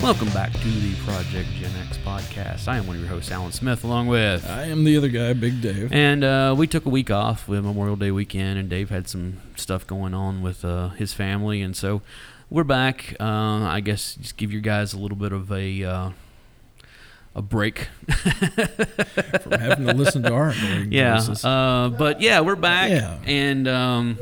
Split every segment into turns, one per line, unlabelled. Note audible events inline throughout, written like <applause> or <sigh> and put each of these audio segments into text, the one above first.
Welcome back to the Project Gen X podcast. I am one of your hosts, Alan Smith, along with.
I am the other guy, Big Dave.
And uh, we took a week off with Memorial Day weekend, and Dave had some stuff going on with uh, his family, and so we're back. Uh, I guess just give you guys a little bit of a uh, a break.
From having to listen
<laughs>
to our annoying
Yeah,
voices.
uh, but yeah, we're back,
Yeah.
and um,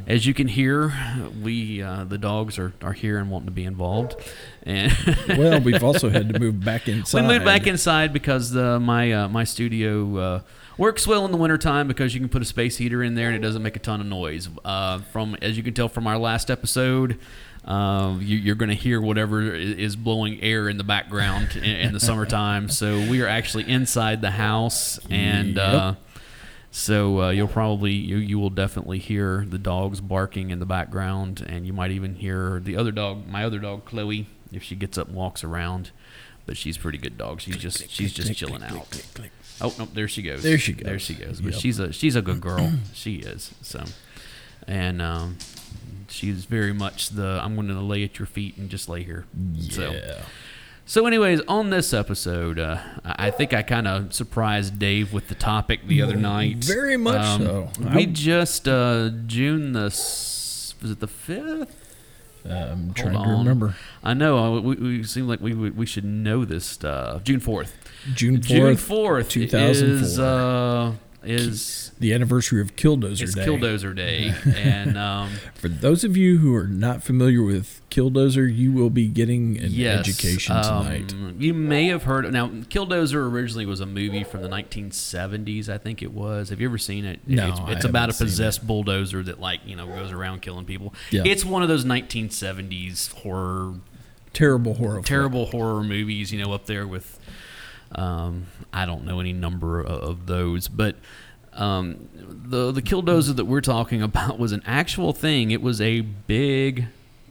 <clears throat> as you can hear, we uh, the dogs are, are here and wanting to be involved, and <laughs>
well, we've also had to move back inside.
We moved back inside because the, my uh, my studio uh, works well in the wintertime because you can put a space heater in there and it doesn't make a ton of noise. Uh, from as you can tell from our last episode, uh, you, you're going to hear whatever i- is blowing air in the background in, in the summertime. So we are actually inside the house and. Uh, so uh, you'll probably you you will definitely hear the dogs barking in the background, and you might even hear the other dog, my other dog Chloe, if she gets up and walks around. But she's a pretty good dog. She's just she's just chilling out. Oh no, there she goes.
There she goes.
There she goes. But
Yep.
she's a she's a
<clears throat>
good girl. she is. So, and um, she's very much the I'm going to lay at your feet and just lay here.
Yeah.
So, so, anyways, on this episode, uh, I I think I kind of surprised Dave with the topic the other night.
Mm,
Um,
Very much so.
We
I-
just uh, June the s- was it the fifth?
Uh, I'm trying
Hold
to
on.
remember.
I know. I, we, we seem like we we we should know this stuff. June fourth.
June 4th,
June fourth,
2004.
is uh, is
the anniversary of Killdozer
is
Day.
Killdozer Day,
<laughs>
and um,
For those of you who are not familiar with Killdozer, you will be getting an
yes,
education tonight.
um, you may have heard now. Killdozer originally was a movie from the 1970s, I think it was. Have you ever seen it?
No,
it's,
I
it's about a
haven't seen
possessed bulldozer that like you know goes around killing people.
Yeah.
It's one of those 1970s horror
Terrible horror.
terrible horror movies, you know, up there with um, I don't know any number of, of those, but um, the the killdozer that we're talking <laughs> about was an actual thing. It was a big,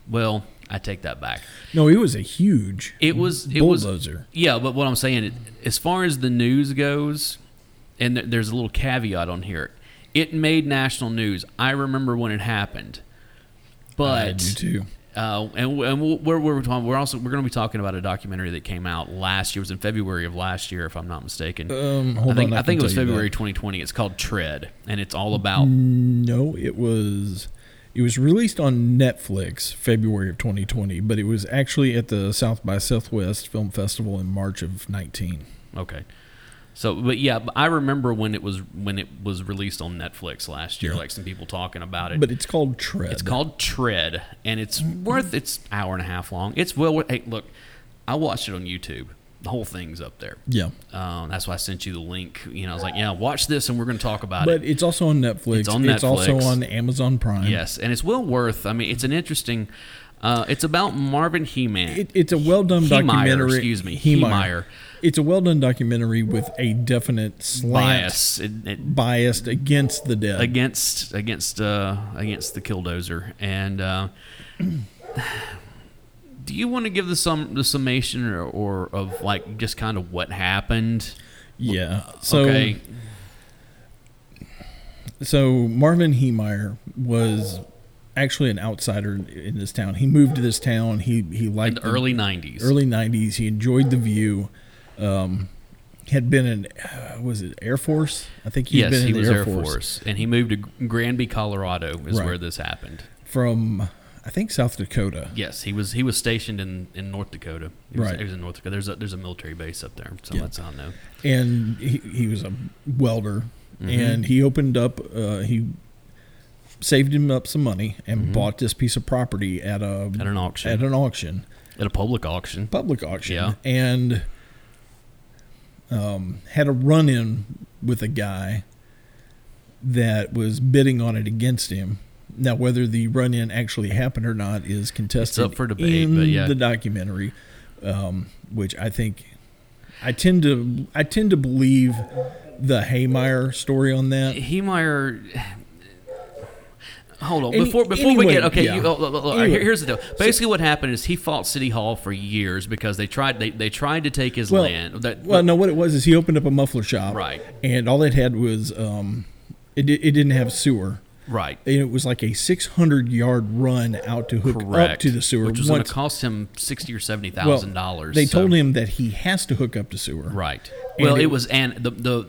well, I take that back.
No, it was a huge
It was it was
bulldozer.
yeah, but what I'm saying, it- as far as the news goes, and th- there's a little caveat on here, it made national news. I remember when it happened, but
I do too.
uh, and and we'll- we're, we're, talking, we're also we're going to be talking about a documentary that came out last year. It was in February of last year, if I'm not mistaken.
Um,
I
hold
think
on,
I,
can
think it was
tell you that.
February 2020. It's called Tread, and it's all about
No, it was it was released on Netflix February of 2020, but it was actually at the South by Southwest Film Festival in March of 19.
okay. So, but yeah, but I remember when it was when it was released on Netflix last year. Like some people talking about it.
But it's called Tread.
It's called Tread, and it's worth it's hour and a half long. It's well worth. Hey, look, I watched it on YouTube. The whole thing's up there.
yeah,
Um, that's why I sent you the link. You know, I was like, yeah, watch this, and we're going to talk about it.
but it's also on Netflix.
It's on
also
Netflix.
on Amazon Prime.
Yes, and it's well worth. I mean, it's an interesting. Uh, it's about Marvin He-Man.
It, it's a well done
Heemeyer,
documentary.
excuse me, Heemeyer.
It's a well done documentary with a definite slant
bias it- it-
biased against the dead.
against against uh, against the killdozer. And uh, <sighs> do you want to give the sum the summation or, or of like just kind of what happened?
yeah. So
okay,
So Marvin Heemeyer was actually an outsider in- in this town. He moved to this town. He he
in
liked
the early '90s.
early '90s. He enjoyed the view. Um, had been in uh, was it Air Force? I think he had
yes,
been
he
in the
was
Air, Force.
and he moved to Gr- Granby, Colorado, is
Right.
where this happened.
from I think South Dakota.
Yes, he was he was stationed in, in North Dakota. He was,
Right.
he was in North Dakota. There's a there's a military base up there, so
Yeah.
that's how I know.
and he, he was a welder
Mm-hmm.
and he opened up uh, he saved him up some money and bought this piece of property at a
Mm-hmm. At an auction.
at an auction
At a public auction.
public auction
Yeah.
and um, had a run in with a guy that was bidding on it against him now whether the run in actually happened or not is contested
up for debate,
in
but yeah.
the documentary um, which I think I tend to I tend to believe the Haymeyer story on that.
Heemeyer. Hold on.
Any-
Before before we
anyway,
get okay,
yeah.
you, oh, look, look, look,
Anyway.
here's the deal. Basically, what happened is he fought City Hall for years because they tried they, they tried to take his
Well,
land. That-
Well, no, what it was is he opened up a muffler shop,
Right.
And all it had was um, it di- it didn't have sewer,
Right.
And it was like a 600 yard run out to hook up
Correct.
to the sewer.
which was going
Once-
to cost him sixty or seventy
well,
thousand dollars.
They told him that he has to hook up to sewer.
Right.
And
well,
it-
it, was an the the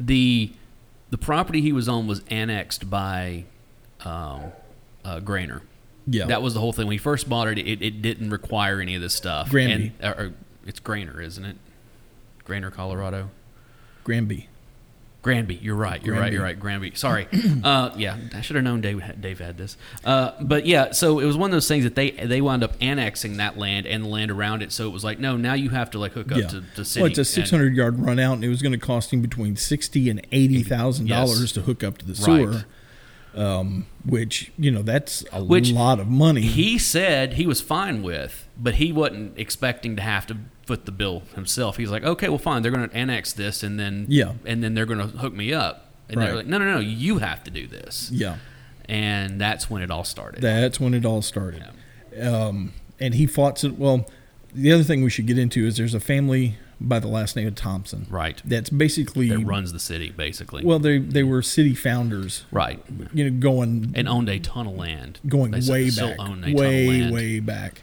the the property he was on was annexed by um, uh, Grainer.
Yeah.
That was the whole thing. When he first bought it, it, it didn't require any of this stuff.
Granby.
And, or, or it's Grainer, isn't it? Grainer, Colorado.
Granby.
Granby, you're right. You're right.
Granby.
You're right. Granby.
<coughs>
Sorry. uh, yeah, I should have known Dave, had- Dave had this. Uh, but yeah, so it was one of those things that they they wound up annexing that land and the land around it. So it was like, no, now you have to like hook up
Yeah.
to the city.
well, it's a
and-
600 yard run out, and it was going to cost him between sixty and eighty thousand dollars
Yes.
to hook up to the sewer.
Right.
Um, which you know that's a
Which
lot of money.
he said he was fine with, but he wasn't expecting to have to foot the bill himself. He's like, okay, well, fine. They're going to annex this, and then
Yeah.
and then they're going to hook me up. And
Right.
they're like, no, no, no, you have to do this.
yeah,
And that's when it all started.
that's when it all started. Um, and he fought. So, well, the other thing we should get into is there's a family by the last name of Thompson.
right.
That's basically
That runs the city basically.
well, they they were city founders.
right.
You know, going
And owned a ton of land.
going
They s-
way
still
back,
own a ton of
way
land.
way back.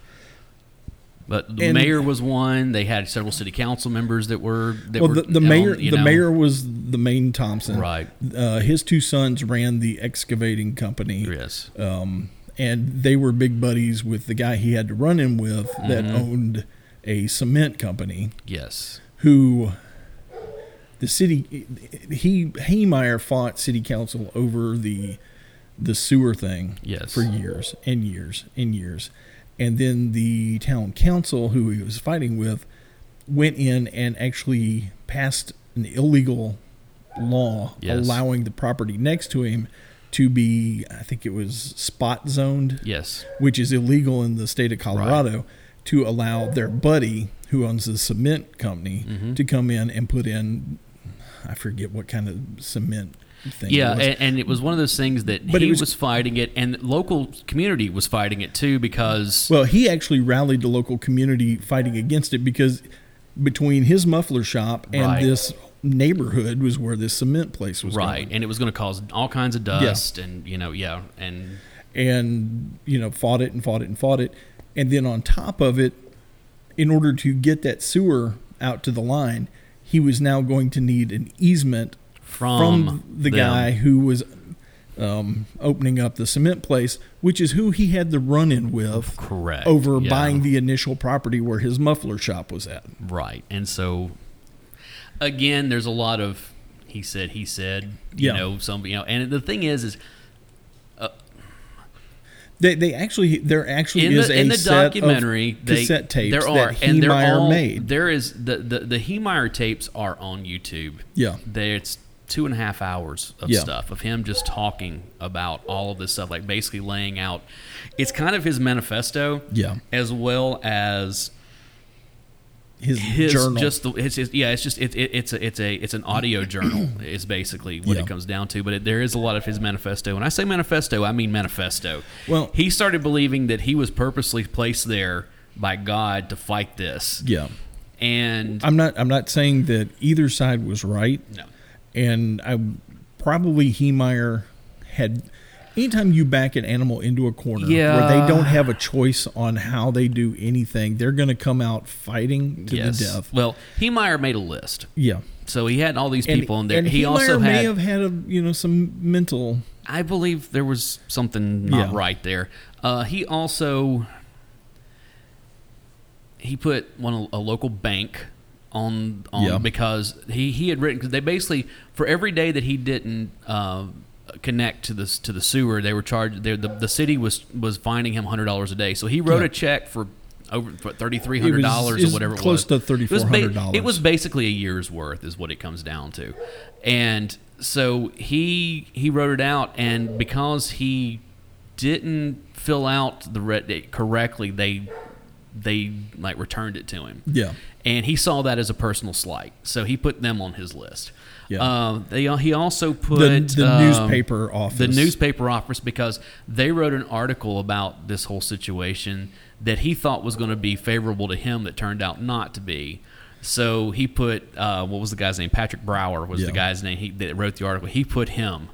But the
and-
mayor was one. They had several city council members that were. That
Well,
were
the, the
owned,
mayor
you
the
know.
mayor was the main Thompson.
Right.
Uh, his two sons ran the excavating company,
Yes.
um, and they were big buddies with the guy he had to run him with that
Mm-hmm.
owned a cement company.
Yes.
Who the city he Haymeyer fought city council over the the sewer thing
Yes.
for years and years and years, and then the town council who he was fighting with went in and actually passed an illegal law
Yes.
allowing the property next to him to be I think it was spot zoned,
Yes.
which is illegal in the state of Colorado, to allow their buddy who owns the cement company
Mm-hmm.
to come in and put in I forget what kind of cement thing. it
Yeah,
was.
and, and it was one of those things that
But it
he
was-
was, fighting it, and local community was fighting it too because
Well, he actually rallied the local community fighting against it because between his muffler shop and
Right.
this neighborhood was where this cement place was
right,
going.
and it was going to cause all kinds of dust, and you know, yeah, and
and you know fought it and fought it and fought it and then on top of it in order to get that sewer out to the line he was now going to need an easement
from,
the
Um, them.
guy who was um, opening up the cement place which is who he had the run-in with
correct
over
yeah,
buying the initial property where his muffler shop was at
right, and so again, there's a lot of he said, he said, you
Yeah.
know, some you know, and the thing is, is
They, they actually there actually
in
is
the,
a
in the
set
documentary
of
they,
cassette tapes
there are
that
and they're
Heemeyer
all,
made.
There is the the the Heemeyer tapes are on YouTube.
Yeah.
there it's two and a half hours of
Yeah.
stuff of him just talking about all of this stuff, like basically laying out. It's kind of his manifesto.
Yeah.
as well as
His,
his
journal.
just the it's, it's yeah it's just it, it, it's a it's a it's an
<clears throat>
audio journal is basically what
Yeah.
it comes down to but it, there is a lot of his manifesto when i say manifesto i mean manifesto
Well-
he started believing that he was purposely placed there by god to fight this
yeah.
and
I'm not I'm not saying that either side was right,
no
and I probably Heemeyer had. Anytime you back an animal into a corner where
Yeah.
they don't have a choice on how they do anything, they're going to come out fighting to
yes
the death.
well he meyer made a list
Yeah.
so he had all these people in there
and
he
Heemeyer
also
may
had
have had a you know some mental
I believe there was something not
Yeah.
right there. Uh, he also he put one a local bank on on
Yeah.
because he he had written because they basically for every day that he didn't uh, connect to this to the sewer they were charged they, the the city was was fining him hundred dollars a day so he wrote
Yeah.
a check for over thirty three hundred dollars
it
or
was
whatever it
close
was
to
It was ba-
$3,400.
it was basically a year's worth is what it comes down to and so he he wrote it out and because he didn't fill out the re- it correctly they they like returned it to him
Yeah.
and he saw that as a personal slight so he put them on his list
Yeah.
uh, they, he also put
the, the
um,
newspaper office
the newspaper office because they wrote an article about this whole situation that he thought was going to be favorable to him that turned out not to be. So he put uh, what was the guy's name? Patrick Brower was
Yeah.
the guy's name he, that wrote the article. He put him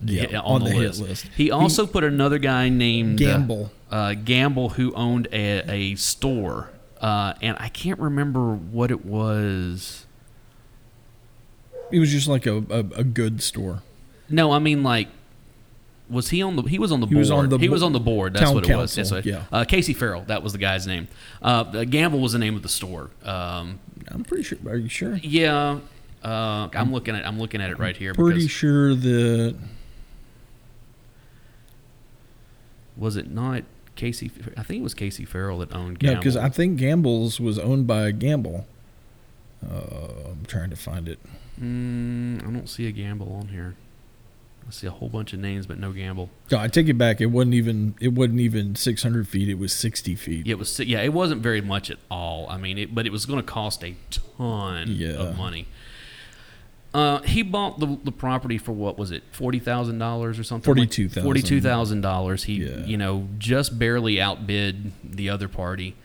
Yeah,
on,
on
the,
the hit
list.
list.
He also put another guy named uh,
Gamble.
uh, Gamble, who owned a, a store, uh, and I can't remember what it was.
It was just like a, a, a good store.
No, I mean like, was he on the? He was on the
He
board.
was on the
he
bo-
was on the board. That's
town
what it was.
council,
That's what-
yeah.
Uh, Casey Farrell. That was the guy's name. Uh, the Gamble was the name of the store. Um,
I'm pretty sure. Are you sure?
yeah, uh, I'm looking at. I'm looking at it right here.
Pretty
because,
sure that
was it not Casey? I think it was Casey Farrell that owned
no,
Gamble.
because I think Gamble's was owned by Gamble. Uh, I'm trying to find it.
Mm, I don't see a gamble on here. I see a whole bunch of names, but no gamble.
No, I take it back. It wasn't even. It wasn't even 600 feet. It was 60 feet.
Yeah, it was. Yeah, it wasn't very much at all. I mean, it, but it was going to cost a ton
Yeah.
of money. Uh, he bought the, the property for what was it forty thousand dollars or something?
$42,000.
Forty two thousand dollars. He
Yeah.
you know just barely outbid the other party.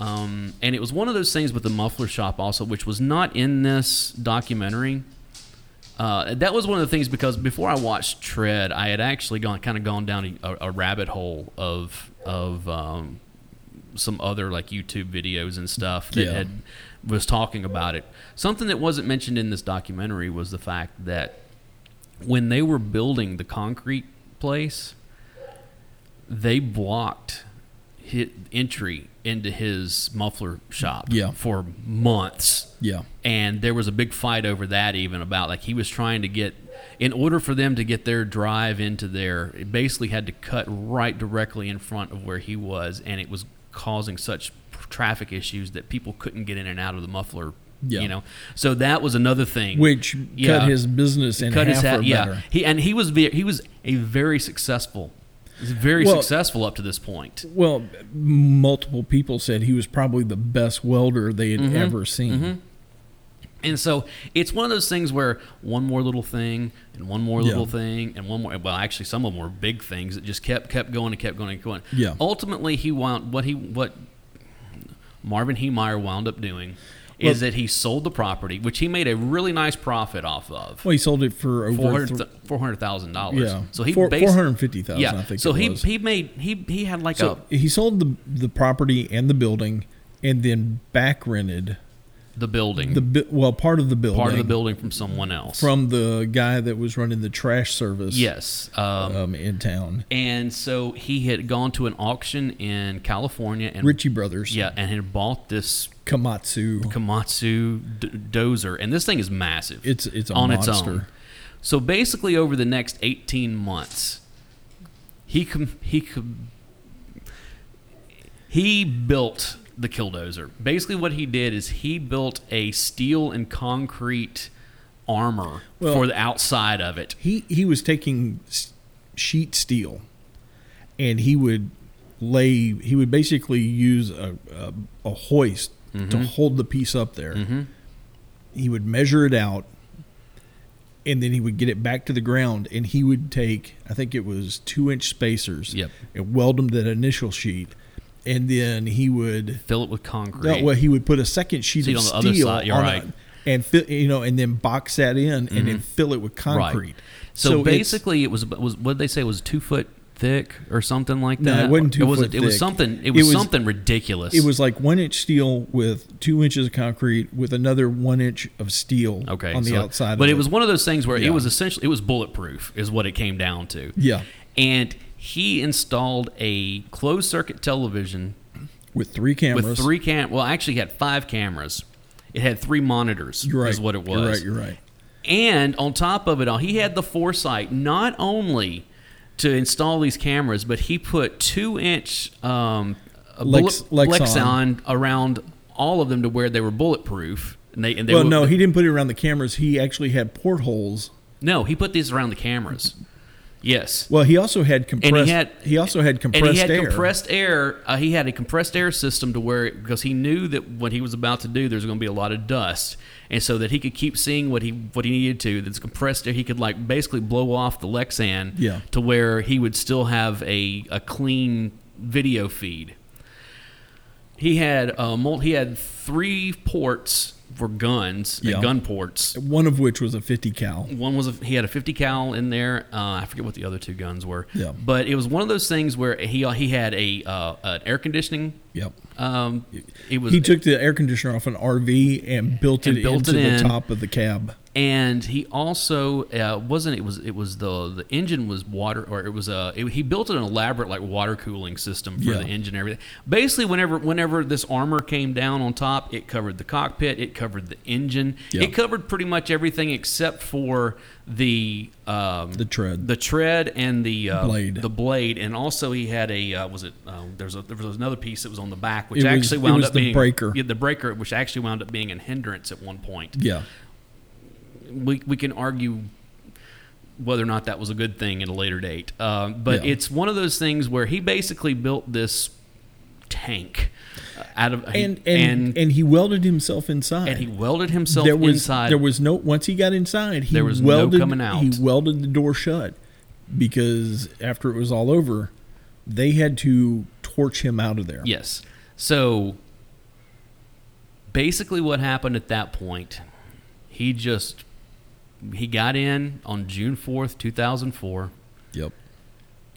Um, and it was one of those things with the muffler shop also, which was not in this documentary. Uh, that was one of the things because before I watched Tread, I had actually gone kind of gone down a, a rabbit hole of of um, some other like YouTube videos and stuff that
Yeah.
had was talking about it. Something that wasn't mentioned in this documentary was the fact that when they were building the concrete place, they blocked hit entry into his muffler shop
Yeah.
for months
Yeah.
and there was a big fight over that even about like he was trying to get in order for them to get their drive into there it basically had to cut right directly in front of where he was and it was causing such traffic issues that people couldn't get in and out of the muffler
Yeah.
you know so that was another thing
Which
Yeah.
cut his business in
cut
half
his hat
or
yeah
better.
he and he was ve- he was a very successful he was very
Well-
successful up to this point
Well, multiple people said he was probably the best welder they
Mm-hmm.
had ever seen.
And so it's one of those things where one more little thing and one more
Yeah.
little thing and one more. Well, actually, some of them were big things that just kept kept going and kept going and going.
Yeah.
Ultimately, he wound what he what Marvin Heemeyer wound up doing is that he sold the property, which he made a really nice profit off of.
Well, he sold it for over
Four hundred
thr-
thousand dollars.
yeah,
So he
four
based-
hundred fifty thousand.
yeah.
I think.
so
it
he
was.
he made he he had like
so he sold the the property and the building, and then back rented
a the building,
the bu- well part of the building
part of the building from someone else.
from the guy that was running the trash service.
yes. Um,
um, in town,
And so he had gone to an auction in California and
Ritchie Brothers.
yeah, and had bought this
Komatsu.
Komatsu d- dozer, and this thing is massive.
It's- it's a
on its own.
monster.
So basically, over the next eighteen months, he com- he com- he built the killdozer. Basically, what he did is he built a steel and concrete armor
Well-
for the outside of it.
He he was taking s- sheet steel, and he would lay. He would basically use a a, a hoist to hold the piece up there. He would measure it out, and then he would get it back to the ground. And he would take, I think it was two inch spacers,
Yep.
and weld them to that initial sheet, and then he would.
Fill it with concrete.
That way, he would put a second sheet
Sheet
of
on the other
steel
side, you're
on
right. Mm-hmm.
it and fill, you know, and then box that in, and then fill it with
Right.
concrete.
So,
it's-
basically, it was was what did they say it was two foot thick or something like
No,
that.
it wasn't two
It was
foot
it was
thick.
something. It
It
was,
was-
something ridiculous.
It was like one inch steel with two inches of concrete with another one inch of steel
okay
on the
so-
outside.
But
of
it was one of those things where it
Yeah.
was essentially it was bulletproof is what it came down to.
Yeah.
and he installed a closed circuit television
with three cameras.
with three cam. Well, actually, it had five cameras. It had three monitors.
you're right,
Is what it was.
You're right. You're right.
And on top of it all, he had the foresight not only to install these cameras, but he put two inch um, a
Lex-
bullet-
Lexon.
Lexon around all of them to where they were bulletproof. And they, and they
Well,
were,
no, he didn't put it around the cameras. He actually had portholes.
no, he put these around the cameras. Yes.
Well, he also had compressed.
had-
also had compressed
And he had
air.
compressed air. Uh, he had a compressed air system to where, because he knew that what he was about to do, there's going to be a lot of dust, and so that he could keep seeing what he what he needed to. That's compressed air. He could like basically blow off the Lexan,
Yeah.
to where he would still have a a clean video feed. He had uh, mul- he had three ports for guns
Yeah.
at gun ports.
One of which was a 50 cal.
One was a, he had a 50 cal in there. Uh, I forget what the other two guns were.
Yeah.
But it was one of those things where he he had a uh, an air conditioning.
Yep.
Um, it was
He took the air conditioner off an RV and built it
And built
into
it
the
in.
top of the cab.
and he also uh, wasn't it was it was the the engine was water or it was a it, he built an elaborate like water cooling system for
Yeah.
the engine and everything basically whenever whenever this armor came down on top it covered the cockpit it covered the engine
Yeah.
it covered pretty much everything except for the um,
The tread.
the tread and the uh,
Blade.
the blade and also he had a uh, was it uh, there's a there was another piece that was on the back which
It was-
actually
it
wound
was
up
the
being
breaker.
yeah, the breaker which actually wound up being a hindrance at one point
Yeah.
we, we can argue whether or not that was a good thing at a later date. Um, but
Yeah.
it's one of those things where he basically built this tank uh, out of
And and, and
and,
he welded himself inside.
and he welded himself
there was
inside.
there was no once he got inside he
There was no
welded
coming out.
he welded the door shut because after it was all over they had to torch him out of there
yes. So basically, what happened at that point, he just he got in on June fourth, two thousand four.
yep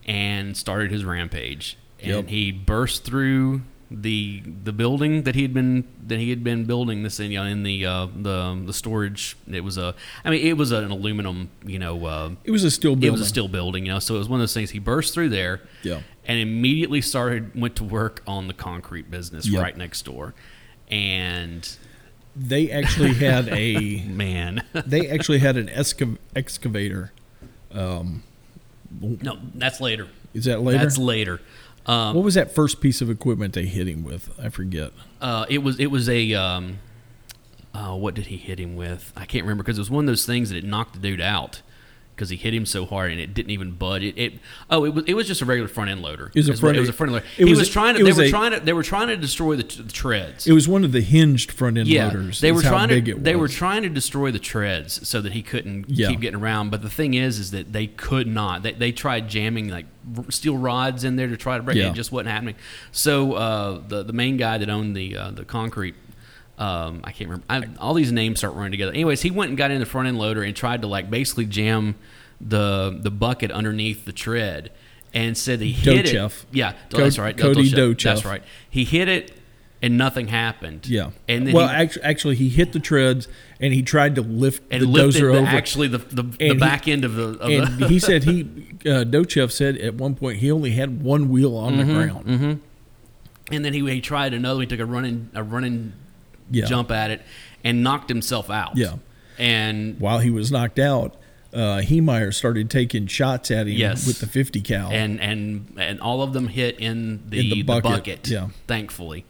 and started his rampage. And
Yep.
he burst through the the building that he had been that he had been building this in, you know, in the uh, the the storage. It was a, I mean, it was an aluminum, you know, uh,
it was a steel building
it was a steel building, you know. So it was one of those things. He burst through there,
Yeah.
and immediately started went to work on the concrete business
Yep.
right next door. And <laughs>
they actually had a
man, <laughs>
they actually had an esca- excavator
no, that's later.
is that later
That's later. Um,
what was that first piece of equipment they hit him with i forget
Uh, it was it was a um, uh, what did he hit him with? I can't remember because it was one of those things that it knocked the dude out because he hit him so hard and it didn't even bud. It, it oh it was it was just a regular front end loader.
It was a
what-
front-
it was a front end loader.
it
he
was
was,
a-
trying
it
to they
was
were
a-
trying to they were trying to destroy the, t- the treads.
it was one of the hinged front end
yeah,
loaders
they
is
were
how
trying
big
to
it
they were
was.
trying to destroy the treads so that he couldn't
Yeah.
keep getting around. But the thing is, is that they could not. They, they tried jamming like r- steel rods in there to try to break it.
Yeah.
It just wasn't happening. So uh, the the main guy that owned the uh, the concrete. Um, I can't remember. I, all these names start running together. Anyways, he went and got in the front end loader and tried to like basically jam the the bucket underneath the tread, and said he hit
Dochev.
it. Yeah,
Co-
that's right.
Cody
That's
Dochev.
right. He hit it, and nothing happened.
yeah
and then
well
he-
actually, actually he hit the treads and he tried to lift
and
the
lifted
dozer
the,
over
actually the the, the
And he-
back end of the. Of the
and he said he uh, Dochev said at one point he only had one wheel on
Mm-hmm,
the ground.
<laughs> and then he, he tried another. He took a running a running
Yeah.
jump at it and knocked himself out.
Yeah.
and
While he was knocked out, uh, Heemeyer started taking shots at him
Yes.
with the fifty cal.
and and and all of them hit in the,
In the
the
bucket,
bucket.
yeah.
thankfully.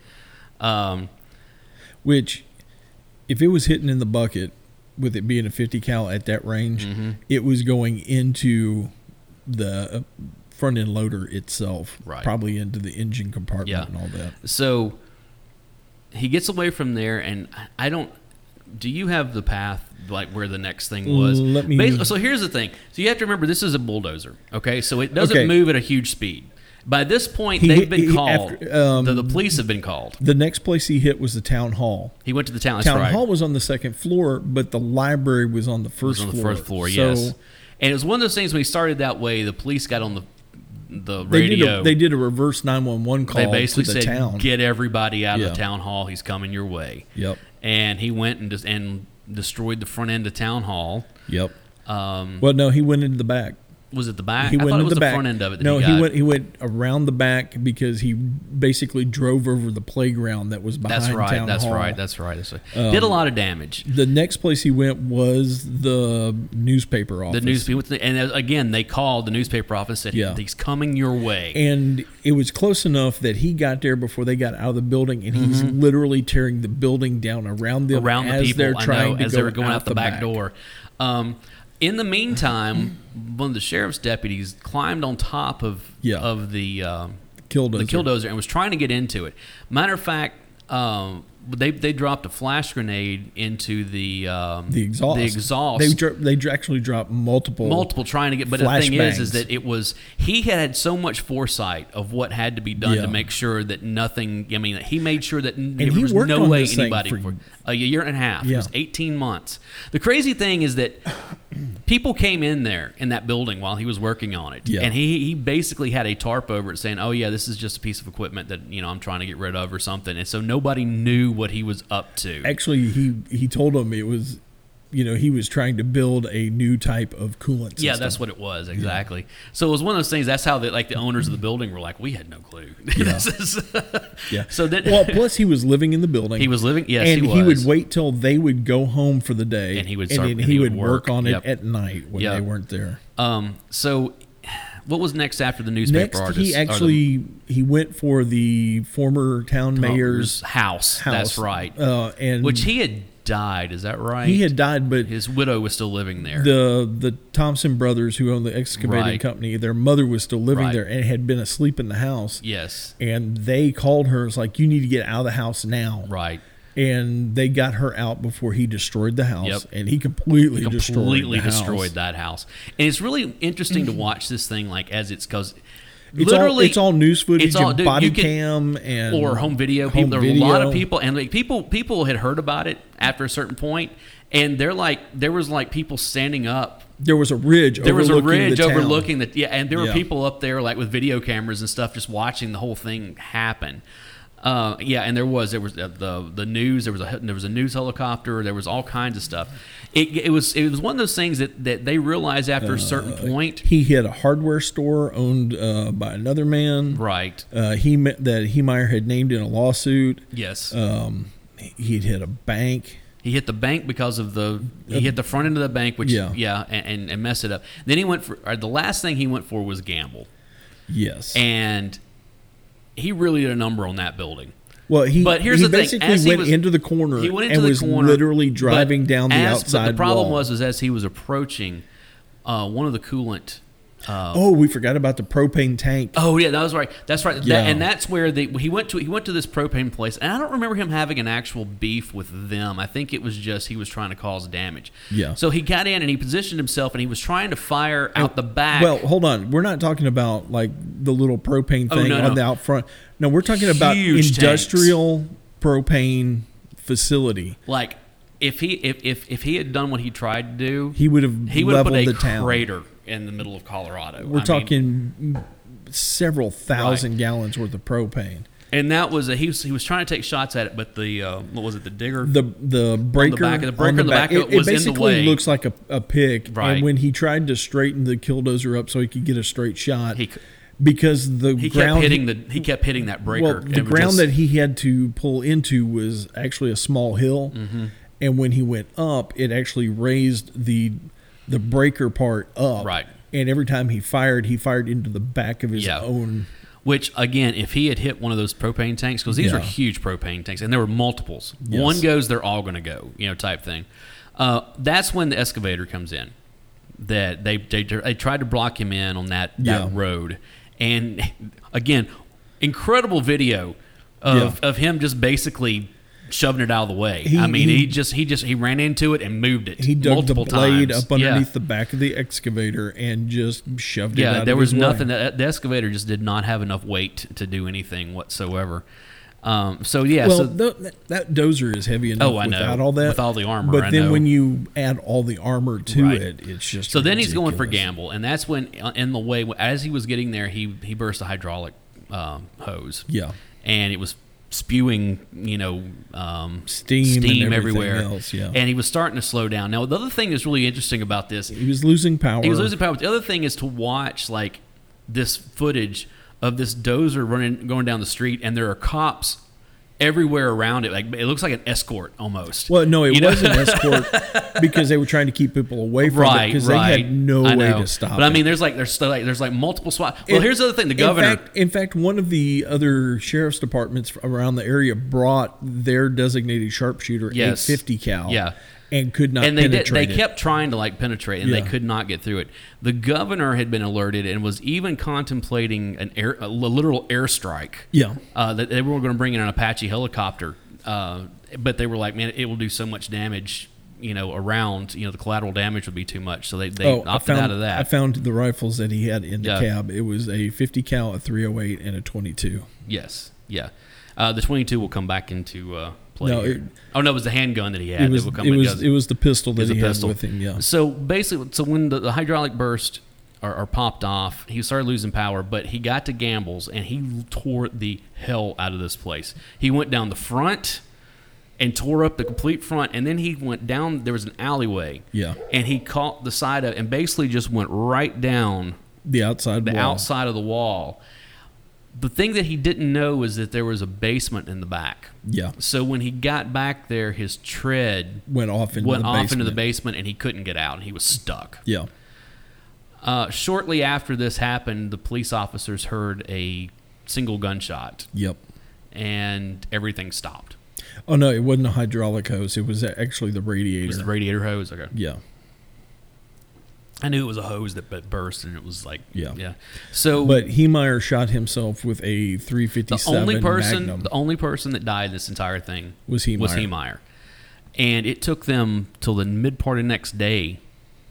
Um,
which, if it was hitting in the bucket, with it being a fifty cal at that range,
Mm-hmm.
it was going into the uh, front end loader itself,
Right.
probably into the engine compartment
Yeah.
and all that.
so he gets away from there, and I- I don't. Do you have the path like where the next thing was?
Mm, Let me-
Basi- so here's the thing. So you have to remember this is a bulldozer. Okay, so it doesn't
Okay.
move at a huge speed. By this point,
He-
they've been
he-
called.
after- um,
the, the police have been called.
The next place he hit was the town hall.
He went to the town. that's
town
right.
hall was on the second floor, but the library was on the
It was
first
on the
floor.
first floor.
So
yes, and it was one of those things when he started that way. The police got on the the
They
radio.
did a, they did a reverse nine one one call
They basically
to the
said,
town.
"Get everybody out
Yeah.
of the town hall. He's coming your way."
Yep.
And he went and just and destroyed the front end of town hall.
Yep.
Um,
Well, no, he went into the back.
was it the back?
He
I
went
thought
into
it was
the
the,
back.
front end of it. that
no,
he, got.
went he went around the back because he basically drove over the playground that was behind
That's right.
town
That's
hall. Um,
right. That's right. That's right. Did a lot of damage.
the next place he went was the newspaper
The
office.
newspaper, and again, they called the newspaper office. Said
Yeah.
he's coming your way.
and it was close enough that he got there before they got out of the building, and he's literally tearing the building down around them
Mm-hmm. around
as
the people.
they're
I
trying
know,
to
as
go
they were going
out,
out, the back, door. Um, in the
<clears throat>
meantime, one of the sheriff's deputies climbed on top of
Yeah.
of the um,
Killed
the killdozer and was trying to get into it. Matter of fact, um, they they dropped a flash grenade into the um,
the exhaust.
The exhaust.
They dro- they dr- actually dropped multiple
multiple trying to get. But the thing is,
flashbangs.
is that it was he had had so much foresight of what had to be done
Yeah.
to make sure that nothing. I mean, he made sure that n- there
he
was
worked
no
on
way
this thing
anybody
for-
for a year and a half. It
Yeah.
was eighteen months. The crazy thing is that people came in there in that building while he was working on it,
Yeah.
and he he basically had a tarp over it saying, "Oh yeah, this is just a piece of equipment that you know I'm trying to get rid of or something," and so nobody knew what he was up to.
Actually, he he told them it was, you know, he was trying to build a new type of coolant.
Yeah,
system.
that's what it was exactly. So it was one of those things. That's how the, like the owners of the building were like, we had no clue. <laughs> This is-
Yeah.
So that
<laughs> well, plus he was living in the building.
he was living. Yes,
and
he, was.
would wait till they would go home for the day,
And he would start-
then
and
he, would work, on it
Yep.
at night when
Yep.
they weren't there.
Um. So, what was next after the newspaper
Next,
artist?
he
or the
actually he went for the former town mayor's
owner's house.
house.
That's right.
uh, and
Which he had died. Is that right?
he had died, but
His widow was still living there.
the the Thompson brothers who owned the excavating
Right.
company, their mother was still living
Right.
there and had been asleep in the house.
yes.
And they called her. It's like you need to get out of the house now.
Right.
And they got her out before he destroyed the house.
Yep.
And he completely
completely
destroyed, the
destroyed
house.
that house. And it's really interesting
<clears throat>
to watch this thing like as it's because
It's all, it's all news footage
it's all-
and
dude,
body
you can-
cam and
or home video people.
home
there were a lot of
video.
people, and like people people had heard about it after a certain point, and they're like there was like people standing up.
There was a ridge.
There was a
overlooking the
ridge
town.
overlooking the yeah, and there were
Yeah.
people up there like with video cameras and stuff, just watching the whole thing happen. Uh, yeah, and there was there was uh, the the news. There was a there was a news helicopter. There was all kinds of stuff. It, it was it was one of those things that, that they realized after a
Uh,
certain point,
He hit a hardware store owned uh, by another man.
right?
Uh, he me- that Heemeyer had named in a lawsuit.
Yes,
Um, he'd hit a bank.
He hit the bank because of the he hit the front end of the bank, which yeah,
Yeah.
and, and, and messed it up. Then he went for or the last thing he went for was gamble,
Yes.
and he really did a number on that building.
well, he
But here's
he
the thing,
basically
as he
went
was-
into the corner
He went into
and
the
was
corner,
literally
but
driving down the
as-
outside.
But the problem
wall.
was was as he was approaching, uh, one of the coolant. Uh,
oh, we forgot about the propane tank.
Oh yeah, that was right. That's right. That-
Yeah.
and that's where the he went to he went to this propane place, and I don't remember him having an actual beef with them. I think it was just he was trying to cause damage.
Yeah.
So he got in and he positioned himself, and he was trying to fire out the back.
Well, hold on. We're not talking about like the little propane thing
Oh, no,
on
no.
the out front. No, we're talking about
Huge tanks.
industrial propane facility.
like if he if, if if he had done what he tried to do,
He would have
he would have
leveled
put a
the town.
crater in the middle of Colorado. I
We're
mean,
talking several thousand gallons worth of propane.
and that was a, he was he was trying to take shots at it, but the uh, what was it the digger
The the breaker
back of the breaker,
on
the back of it
it,
was in the
basically
way.
looks like a, a pick.
Right.
And when he tried to straighten the killdozer up so he could get a straight shot,
He c-
because the
he
ground
kept hitting the he kept hitting that breaker.
well
and
the
it was
ground
just-
that he had to pull into was actually a small hill,
Mm-hmm.
and when he went up, it actually raised the the breaker part up.
Right.
And every time he fired, he fired into the back of his
Yeah.
own.
Which again, if he had hit one of those propane tanks, because these
Yeah.
are huge propane tanks, and there were multiples. One goes, they're all going to go, you know, type thing. Uh, that's when the excavator comes in. That they they, they tried to block him in on that,
Yeah.
that road, and again, incredible video of of him just basically shoving it out of the way. I mean, he,
he-
just he just he ran into it and moved it.
He dug
multiple
the blade
times.
up underneath
Yeah.
the back of the excavator and just shoved it.
Yeah,
out
there
of
was
his way.
nothing. That, the excavator just did not have enough weight to do anything whatsoever. Um, so yeah,
Well,
so
tho- that, that dozer is heavy enough
Oh, I know.
without all that,
With all the armor,
But
I
then
know.
when you add all the armor to
Right.
it, it's just
so then he's going for
ridiculous.
gamble, and that's when uh, in the way as he was getting there, he he burst a hydraulic um, hose.
Yeah,
and it was spewing, you know, um,
Steam and everything
everywhere.
else, yeah.
and he was starting to slow down. Now the other thing that's really interesting about this
he was losing power.
He was losing power. But the other thing is to watch like this footage of this dozer running going down the street, and there are cops everywhere around it. Like it looks like an escort almost.
Well, no, it
You know?
was
<laughs>
an escort because they were trying to keep people away from it
Right,
because
right.
they had no
I
way
know.
to stop.
But I
it.
mean, there's like there's still, like there's like multiple spots. Well,
In-
here's the other thing: the
in
governor.
fact- in fact, one of the other sheriff's departments around the area brought their designated sharpshooter
Yes.
850 cal.
Yeah.
and could not
and they did, they
penetrate it.
kept trying to like penetrate and
Uh, Yeah.
they could not get through it the governor had been alerted and was even contemplating an air a literal airstrike
Yeah.
uh, that they were going to bring in an apache helicopter Uh, but they were like, man, it will do so much damage. You know, around you know the collateral damage would be too much, so they, they
Oh, I
opted
found,
out of
I
that.
found the rifles that he had in the
Yeah.
cab. It was a 50 cal, a 308, and a 22.
yes, yeah. Uh, the twenty two will come back into uh, play.
No,
here.
it-
oh no, it was the handgun that he had.
it was
that will come
it
in
was
dozen.
it was the pistol that
It's a
he had
pistol.
with him. Yeah,
So basically, so when the, the hydraulic burst or, or popped off, he started losing power, but he got to Gambles and he tore the hell out of this place. He went down the front and tore up the complete front, and then he went down. There was an alleyway.
Yeah.
And he caught the side of and basically just went right down
the outside
the
wall.
outside of the wall. The thing that he didn't know was that there was a basement in the back.
Yeah,
So when he got back there, his tread
went off into
went
the
off
basement.
into the basement and he couldn't get out and he was stuck.
Yeah,
Uh, shortly after this happened, the police officers heard a single gunshot
yep.
and everything stopped.
Oh no, it wasn't a hydraulic hose. It was actually the radiator.
It was the radiator hose. Okay.
yeah,
I knew it was a hose that bu- burst and it was like,
Yeah.
Yeah. So
but Heemeyer shot himself with a 357
the only person,
Magnum.
the only person that died in this entire thing
Was Heemeyer.
Was Heemeyer. And it took them till the mid part of next day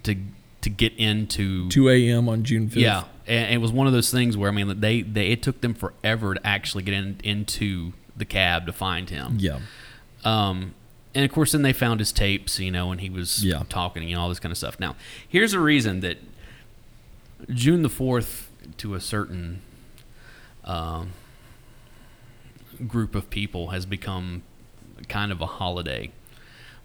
to to get into
2 a.m. on June 5th.
Yeah, and it was one of those things where I mean, they, they it took them forever to actually get in, into the cab to find him.
yeah,
Um, and of course, then they found his tapes, you know, and he was
Yeah.
talking, you know, all this kind of stuff. Now, here's a reason that June the fourth, to a certain um, group of people, has become kind of a holiday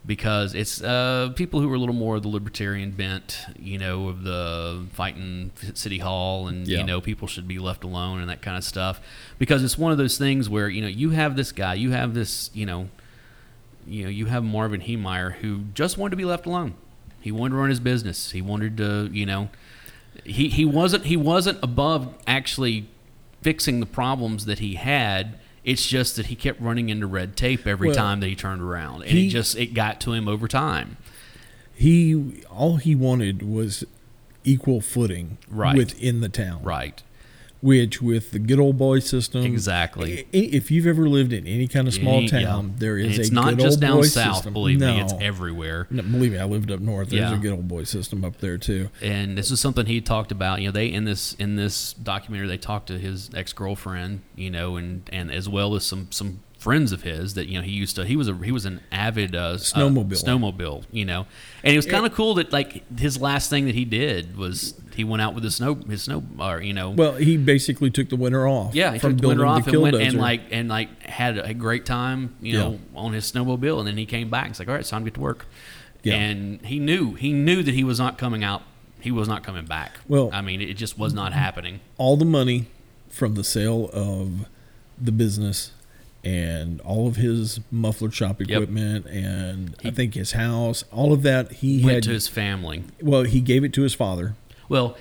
because it's uh, people who are a little more of the libertarian bent, you know, of the fighting f- city hall and
Yeah.
you know people should be left alone and that kind of stuff. Because it's one of those things where you know you have this guy, you have this, you know, you know, you have Marvin Heemeyer who just wanted to be left alone. He wanted to run his business. He wanted to, you know, he, he wasn't he wasn't above actually fixing the problems that he had. It's just that he kept running into red tape every
Well,
time that he turned around, and
he-
it just it got to him over time.
he all he wanted was equal footing
Right.
within the town.
Right.
Which with the good old boy system,
Exactly.
i- If you've ever lived in any kind of small
Yeah.
town, there
And
is
it's
a
not
good
just
old
down
boy
south.
system.
Believe me, it's
No.
everywhere.
No, believe me, I lived up north. There's
Yeah.
a good old boy system up there too.
and this is something he talked about. You know, they in this in this documentary they talked to his ex girlfriend, you know, and and as well as some some friends of his that you know he used to he was a he was an avid uh, uh,
Snowmobile.
snowmobile, you know, and it was kind of cool that like his last thing that he did was he went out with his snow his snow or you know
Well, he basically took the winter off.
yeah, he
from
took the winter
building
off
the
and went and
Killdozer.
like and like had a great time, you know, on his snowmobile, and then he came back. It's like, all right, it's time to get to work.
Yeah.
And he knew he knew that he was not coming out. He was not coming back.
Well-
I mean, it just was not happening.
all the money from the sale of the business and all of his muffler shop equipment and I think his house, all of that he
Went
had.
to his family.
well, he gave it to his father,
Well,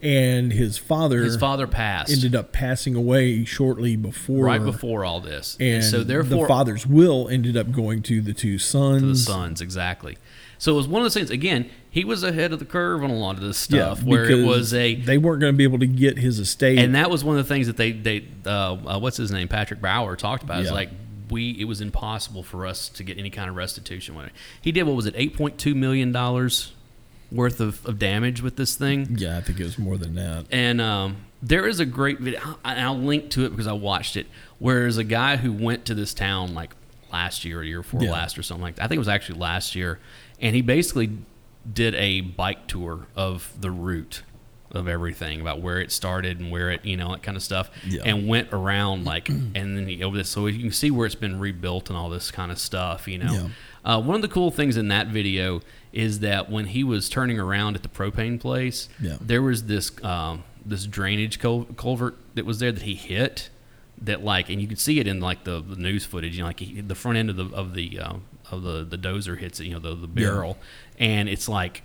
and his father,
his father passed
ended up passing away shortly before.
right before all this,
and
so therefore
the father's will ended up going to the two sons.
the sons exactly. So it was one of those things. Again, he was ahead of the curve on a lot of this
Yeah,
stuff, where it
because
was a
they weren't going to be able to get his estate.
and that was one of the things that they they uh, uh, what's his name Patrick Bauer talked about. It's
Yeah.
like we it was impossible for us to get any kind of restitution. When he did what was it eight point two million dollars worth of, of damage with this thing,
yeah, I think it was more than that.
and um, there is a great video. I- I'll link to it because I watched it. Where there's a guy who went to this town like last year or year before
Yeah.
last or something like that. I think it was actually last year, and he basically did a bike tour of the route of everything about where it started and where it you know that kind of stuff
Yeah.
and went around
<clears throat>
like and then he, over this so you can see where it's been rebuilt and all this kind of stuff you know uh, one of the cool things in that video is that when he was turning around at the propane place
Yeah.
there was this um, this drainage cul- culvert that was there that he hit that like and you could see it in like the, the news footage you know like he, the front end of the of the uh, of the the dozer hits it you know the, the barrel and it's like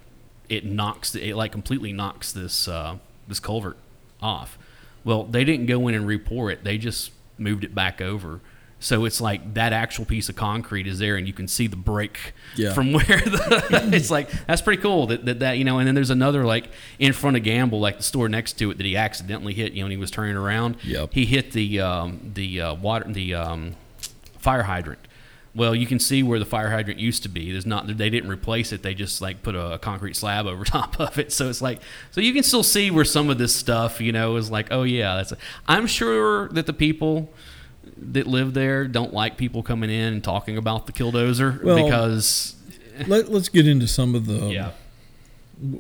it knocks it like completely knocks this uh, this culvert off well they didn't go in and re-pour it they just moved it back over so it's like that actual piece of concrete is there and you can see the break
Yeah.
from <laughs> where the, it's like that's pretty cool that, that that you know and then there's another like in front of gamble like the store next to it that he accidentally hit you know when he was turning around
Yep.
he hit the um, the uh, water the um, fire hydrant Well, you can see where the fire hydrant used to be. There's not they didn't replace it. They just like put a, a concrete slab <laughs> over top of it. So it's like so you can still see where some of this stuff, you know, is like, oh yeah, that's. A, I'm sure that the people that live there don't like people coming in and talking about the killdozer
Well-
because
Let, let's get into some of the.
yeah,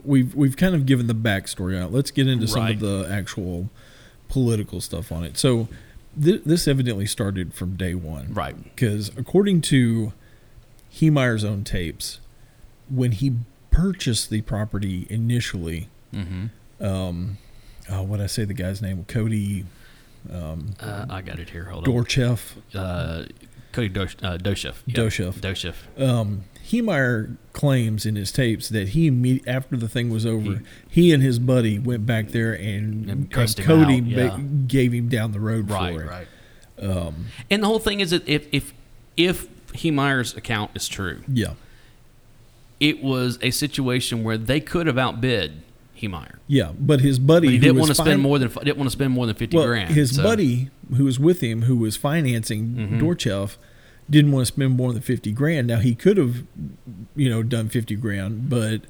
We've we've kind of given the backstory out. Let's get into some
Right.
of the actual political stuff on it. So, th- this evidently started from day one,
right,
Because according to Hemeyer's own tapes, when he purchased the property initially,
mm-hmm.
oh, what I say the guy's name, Cody
Uh, I got it here. Hold on.
Dorchev.
Uh, Cody Dosh, uh, Doshev. Yep.
Doshev.
Doshev.
um, Heemeyer claims in his tapes that he imme- after the thing was over, he, and his buddy went back there and,
And cussed him
Cody
out,
ba-
yeah.
gave him down the road
Right,
for it.
right.
Um,
and the whole thing is that if if if Hemeyer's account is true,
Yeah,
it was a situation where they could have outbid Hemeyer.
yeah. But his buddy,
But he
who
didn't
was
want to
fin-
spend more than didn't want to spend more than fifty
Well,
grand.
his
so- Mm-hmm.
buddy who was with him, who was financing Dorchev, didn't want to spend more than fifty grand. Now he could have, you know, done fifty grand, but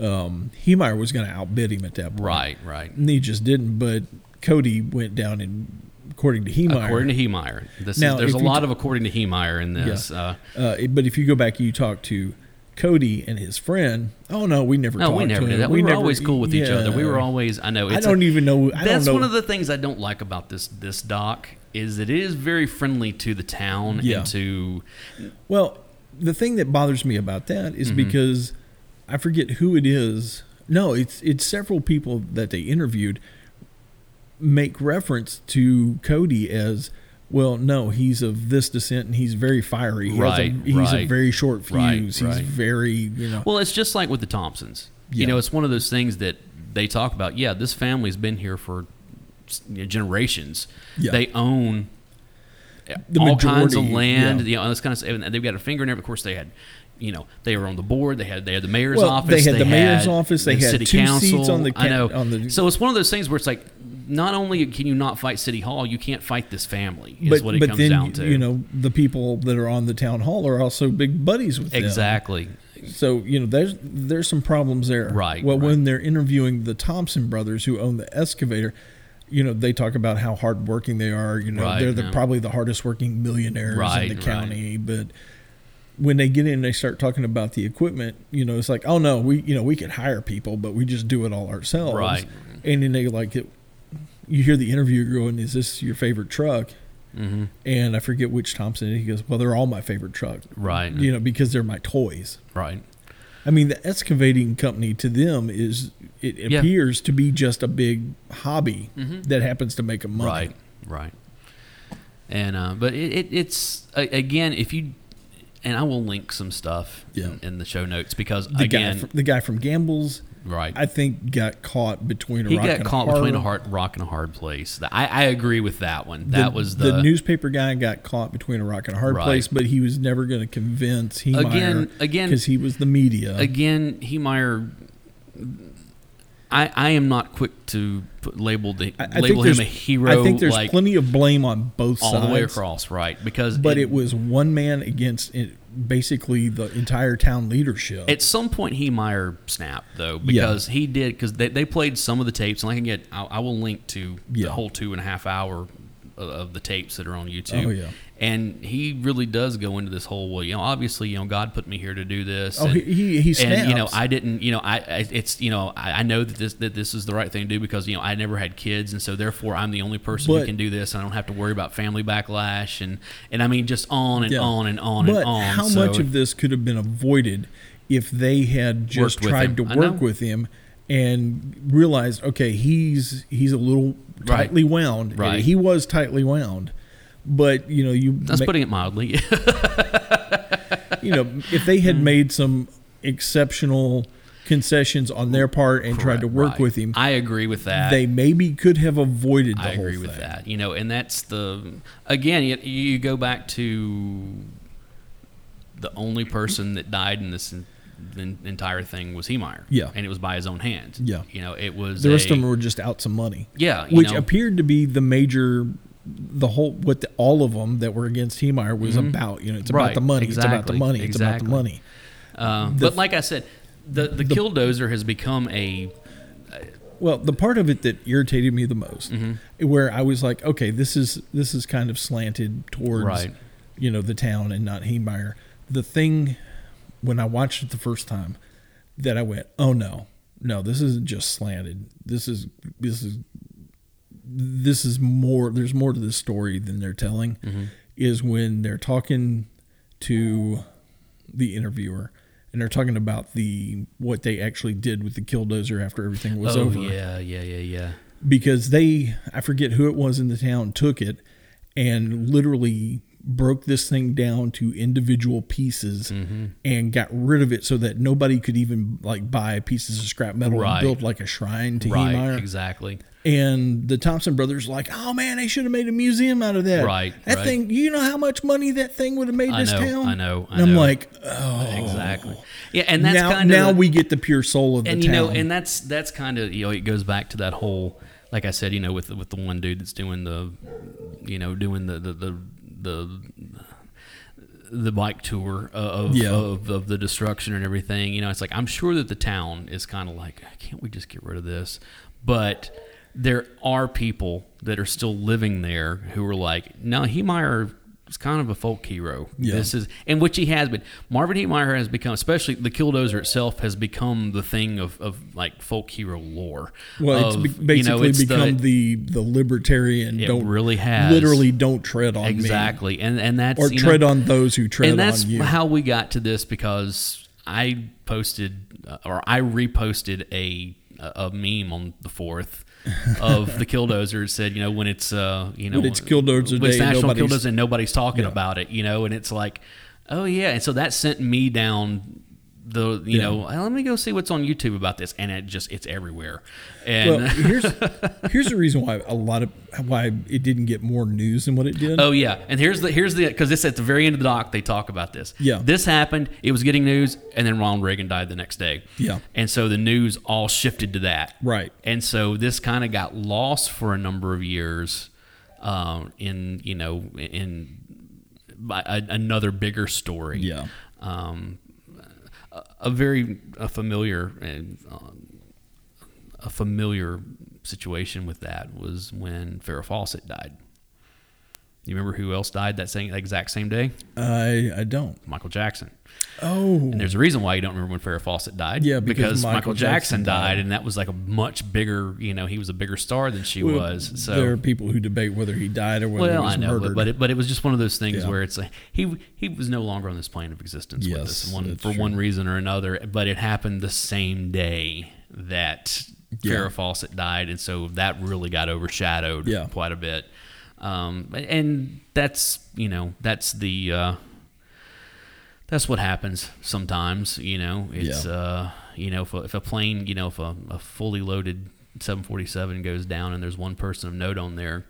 um, Heemeyer was going to outbid him at that point.
right, right.
And he just didn't. But Cody went down and. According to Heemeyer,
According to Hemeyer, this
Now,
is, there's
if
a
you
lot
t-
of according to Hemeyer in this. Uh,
Uh, it- but if you go back, you talk to Cody and his friend. Oh no, we never.
no,
talked
we never
to
did
him.
that. We, were
never-
always cool with each other. We were
yeah.
always. I know.
I
It's a-
don't even know. I
that's
don't know.
one of the things I don't like about this this doc is that it is very friendly to the town
Yeah.
and to
well, the thing that bothers me about that
Mm-hmm.
is because I forget who it is. No, it's it's several people that they interviewed make reference to Cody as well. No, he's of this descent and he's very fiery. He has a-
Right,
he's a
right,
very short fuse.
right,
he's
right.
very you know.
Well, it's just like with the Thompsons.
Yeah.
You know, it's one of those things that they talk about. Yeah, this family's been here for you know, generations.
Yeah.
They own eh,
The
all kinds of
majority,
land.
yeah.
You know, this kind of stuff. And they've got a finger in every. Of course, they had. You know, they were on the board. They had they had the mayor's
Well,
office.
they had the mayor's office, they
the
had
city
two
council.
seats on the
I know.
ca- on the-
so it's one of those things where it's like, not only can you not fight city hall, you can't fight this family. Is what it comes down to.
you know the people that are on the town hall are also big buddies with
exactly.
them. So you know there's there's some problems there.
Right,
Well,
right.
when they're interviewing the Thompson brothers who own the excavator, you know they talk about how hardworking they are. You know
Right,
they're the,
yeah.
probably the hardest working millionaires
Right,
in the
right.
county, but. When they get in, and they start talking about the equipment. You know, it's like, oh no, we you know we could hire people, but we just do it all ourselves.
Right.
And then they like it. You hear the interviewer going, "Is this your favorite truck?"
hmm
and I forget which Thompson. and He goes, "Well, they're all my favorite trucks,
Right.
you know, because they're my toys."
Right.
I mean, the excavating company to them is it
Yeah. Mm-hmm.
appears to be just a big hobby that happens to make them money.
Right, right. And uh, but it, it, it's a- again, if you and I will link some stuff
Yeah.
in, in the show notes because
The
again,
guy, from, the guy from Gambles,
right,
I think, got caught between a
he
rock
got
and
caught
a hard,
between a hard rock and a hard place. Th- I, I agree with that one. That was the,
newspaper guy got caught between a rock and a hard
Right.
place, but he was never going to convince he
Again- again-
because he was the media.
again. Hemeyer. I, I am not quick to put, label the
I- I think
label
there's-
him a hero.
I think there's
like
plenty of blame on both
all
sides
the way across, right? Because
But it was one man against it, basically the entire town leadership.
At some point, he Meyer snapped though because he did because they, they played some of the tapes and I can get I, I will link to
Yeah.
the whole two and a half hour of- of the tapes that are on YouTube.
Oh, yeah.
and he really does go into this whole well, you know, obviously you know God put me here to do this.
oh,
and,
he he, he snaps.
and you know I didn't you know I, I it's you know I, I know that this that this is the right thing to do because you know I never had kids and so therefore I'm the only person
But-
who can do this and I don't have to worry about family backlash and and I mean just on and
Yeah.
on and on
but
and on.
how
So
much of this could have been avoided if they had just
Worked with
tried
him.
to
I
work
know.
with him and realized, okay, he's he's a little
Right.
tightly wound. And
Right.
he was tightly wound. But you know, you
that's
ma-
putting it mildly. <laughs>
you know, if they
Mm.
had made some exceptional concessions on their part and tried to work
Right.
with him,
I agree with that.
they maybe could have avoided the
I
whole
agree
thing.
with that. You know, and that's the again. You, you go back to the only person that died in this en- en- entire thing was Hemeyer.
Yeah.
and it was by his own hand.
Yeah.
you know, it was
The rest
a-
of them were just out some money.
Yeah, you
which
know.
appeared to be the major the whole what the, all of them that were against Hemeyer was about. You know, it's
Mm-hmm. Right,
about the money. It's about
exactly,
the money. It's about the
exactly.
money.
Uh, but like I said, the, the killdozer has become a
Well, the part of it that irritated me the most,
Mm-hmm.
where I was like, okay, this is this is kind of slanted towards,
Right.
you know, the town and not Hemeyer. The thing when I watched it the first time, that I went, oh no, no, this isn't just slanted. This is this is this is more. There's more to this story than they're telling.
Mm-hmm.
Is when they're talking to the interviewer. And they're talking about the what they actually did with the killdozer after everything was
oh
over
yeah yeah yeah yeah
because they I forget who it was in the town took it and literally broke this thing down to individual pieces
Mm-hmm.
and got rid of it so that nobody could even like buy pieces of scrap metal
Right.
and build like a shrine to
right
Hemeyer.
exactly
And the Thompson brothers like, oh man, they should have made a museum out of that.
Right,
That
right.
thing, you know how much money that thing would have made
I
this
know,
town.
I know, I
and I'm
know.
like, oh,
exactly yeah and that's
now
kind of
now we get the pure soul of the
and
town.
you know and that's that's kind of you know it goes back to that whole like i said you know with with the one dude that's doing the you know doing the the the, the the bike tour uh, of,
Yeah.
of of the destruction and everything, you know, it's like I'm sure that the town is kind of like, can't we just get rid of this? But there are people that are still living there who are like, no, Heemeyer is kind of a folk hero.
Yeah.
This is and which he has been. Marvin Heemeyer has become, especially the Killdozer itself, has become the thing of, of like folk hero lore.
Well, it's
Of,
be-
you know,
basically
it's the-
become the, the libertarian.
It
don't
really has.
literally don't tread on me
exactly, and and that's
or
you know,
tread on those who tread
and that's
on you.
how we got to this because I posted uh, or I reposted a a meme on the fourth of
<laughs>
the killdozer It said you know when it's uh you know
When it's Killdozer
when
Day,
it's national
nobody's-
killdozer and nobody's talking about it you know and it's like oh yeah and so that sent me down the you know "Well, let me go see what's on YouTube about this and it just it's everywhere and <laughs>
well, here's here's the reason why a lot of why it didn't get more news than what it did.
Oh yeah, and here's the here's the because this at the very end of the doc they talk about this.
Yeah.
this happened. It was getting news, and then Ronald Reagan died the next day.
Yeah.
and so the news all shifted to that.
Right.
and so this kind of got lost for a number of years, um, in you know in by a, another bigger story.
Yeah.
um, a, a very a familiar and. Um, a familiar situation with that was when Farrah Fawcett died. You remember who else died that same that exact same day?
I I don't.
Michael Jackson.
Oh,
And there's a reason why you don't remember when Farrah Fawcett died.
Yeah, because
Michael,
Michael
Jackson,
Jackson
died, and that was like a much bigger, you know, he was a bigger star than she
Well,
was. So
there are people who debate whether he died or whether
well,
he was
I know, but,
murdered.
but it but it was just one of those things
Yeah.
where it's like he he was no longer on this plane of existence with
Yes,
us one
that's
for one reason or another. But it happened the same day that
Yeah.
Farrah Fawcett died, and so that really got overshadowed
Yeah.
quite a bit. Um, and that's you know that's the uh, that's what happens sometimes. You know, it's
Yeah.
uh, you know, if a, if a plane, you know, if a, a fully loaded 747 goes down and there's one person of note on there,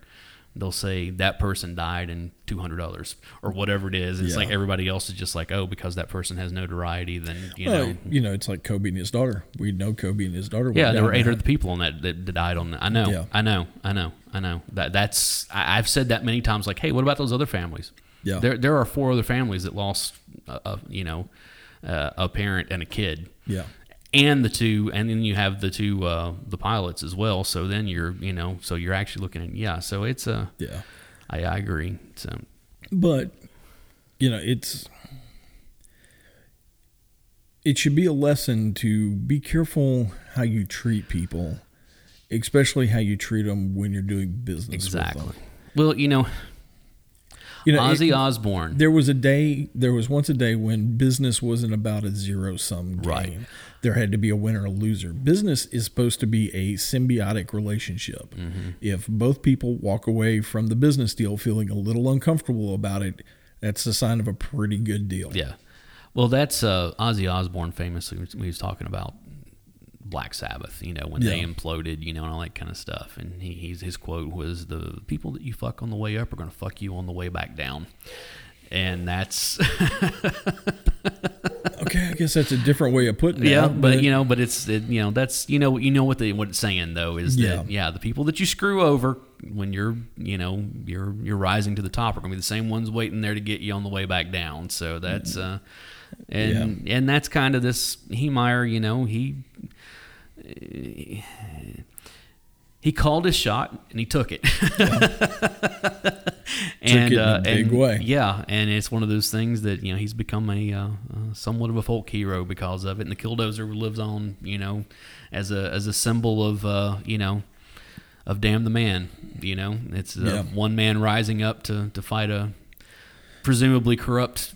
they'll say that person died and two hundred dollars or whatever it is. It's
Yeah.
like everybody else is just like, oh, because that person has notoriety, then you
Well,
know.
you know, it's like Kobe and his daughter. We know Kobe and his daughter. went
Yeah, there
down
were eight
there.
other people on that that that died on that. I know,
Yeah.
I know, I know, I know. That that's I, I've said that many times. Like, hey, what about those other families?
Yeah.
there there are four other families that lost, a, a, you know, uh, a parent and a kid.
Yeah.
and the two, and then you have the two uh, the pilots as well. So then you're you know, so you're actually looking at yeah. So it's uh,
Yeah.
I, I agree. So
but you know it's it should be a lesson to be careful how you treat people especially how you treat them when you're doing business
exactly.
with them
Well, you know,
you know it-
Ozzy Osbourne.
there was a day there was once a day when business wasn't about a zero sum game
Right.
there had to be a winner or loser business is supposed to be a symbiotic relationship
Mm-hmm.
if both people walk away from the business deal feeling a little uncomfortable about it that's a sign of a pretty good deal
Yeah. Well, that's uh, Ozzy Osbourne famously was- he was talking about Black Sabbath, you know, when they
Yeah.
imploded, you know, and all that kind of stuff. And he, he's, his quote was, "The people that you fuck on the way up are going to fuck you on the way back down." And that's
okay I guess that's a different way of putting it.
Yeah, but you know, but it's it, you know that's you know you know what they what it's saying though is
Yeah.
that yeah the people that you screw over when you're you know you're you're rising to the top are gonna be the same ones waiting there to get you on the way back down. So
Mm-hmm.
that's uh, and and that's kind of this Hemeyer. You know he he called his shot and he took it. <laughs> and
it in a
uh,
big
and-
way.
Yeah, and it's one of those things that you know he's become a uh, uh, somewhat of a folk hero because of it, and the Killdozer lives on, you know, as a as a symbol of uh, you know of damn the man. You know, it's uh,
Yeah.
one man rising up to to fight a presumably corrupt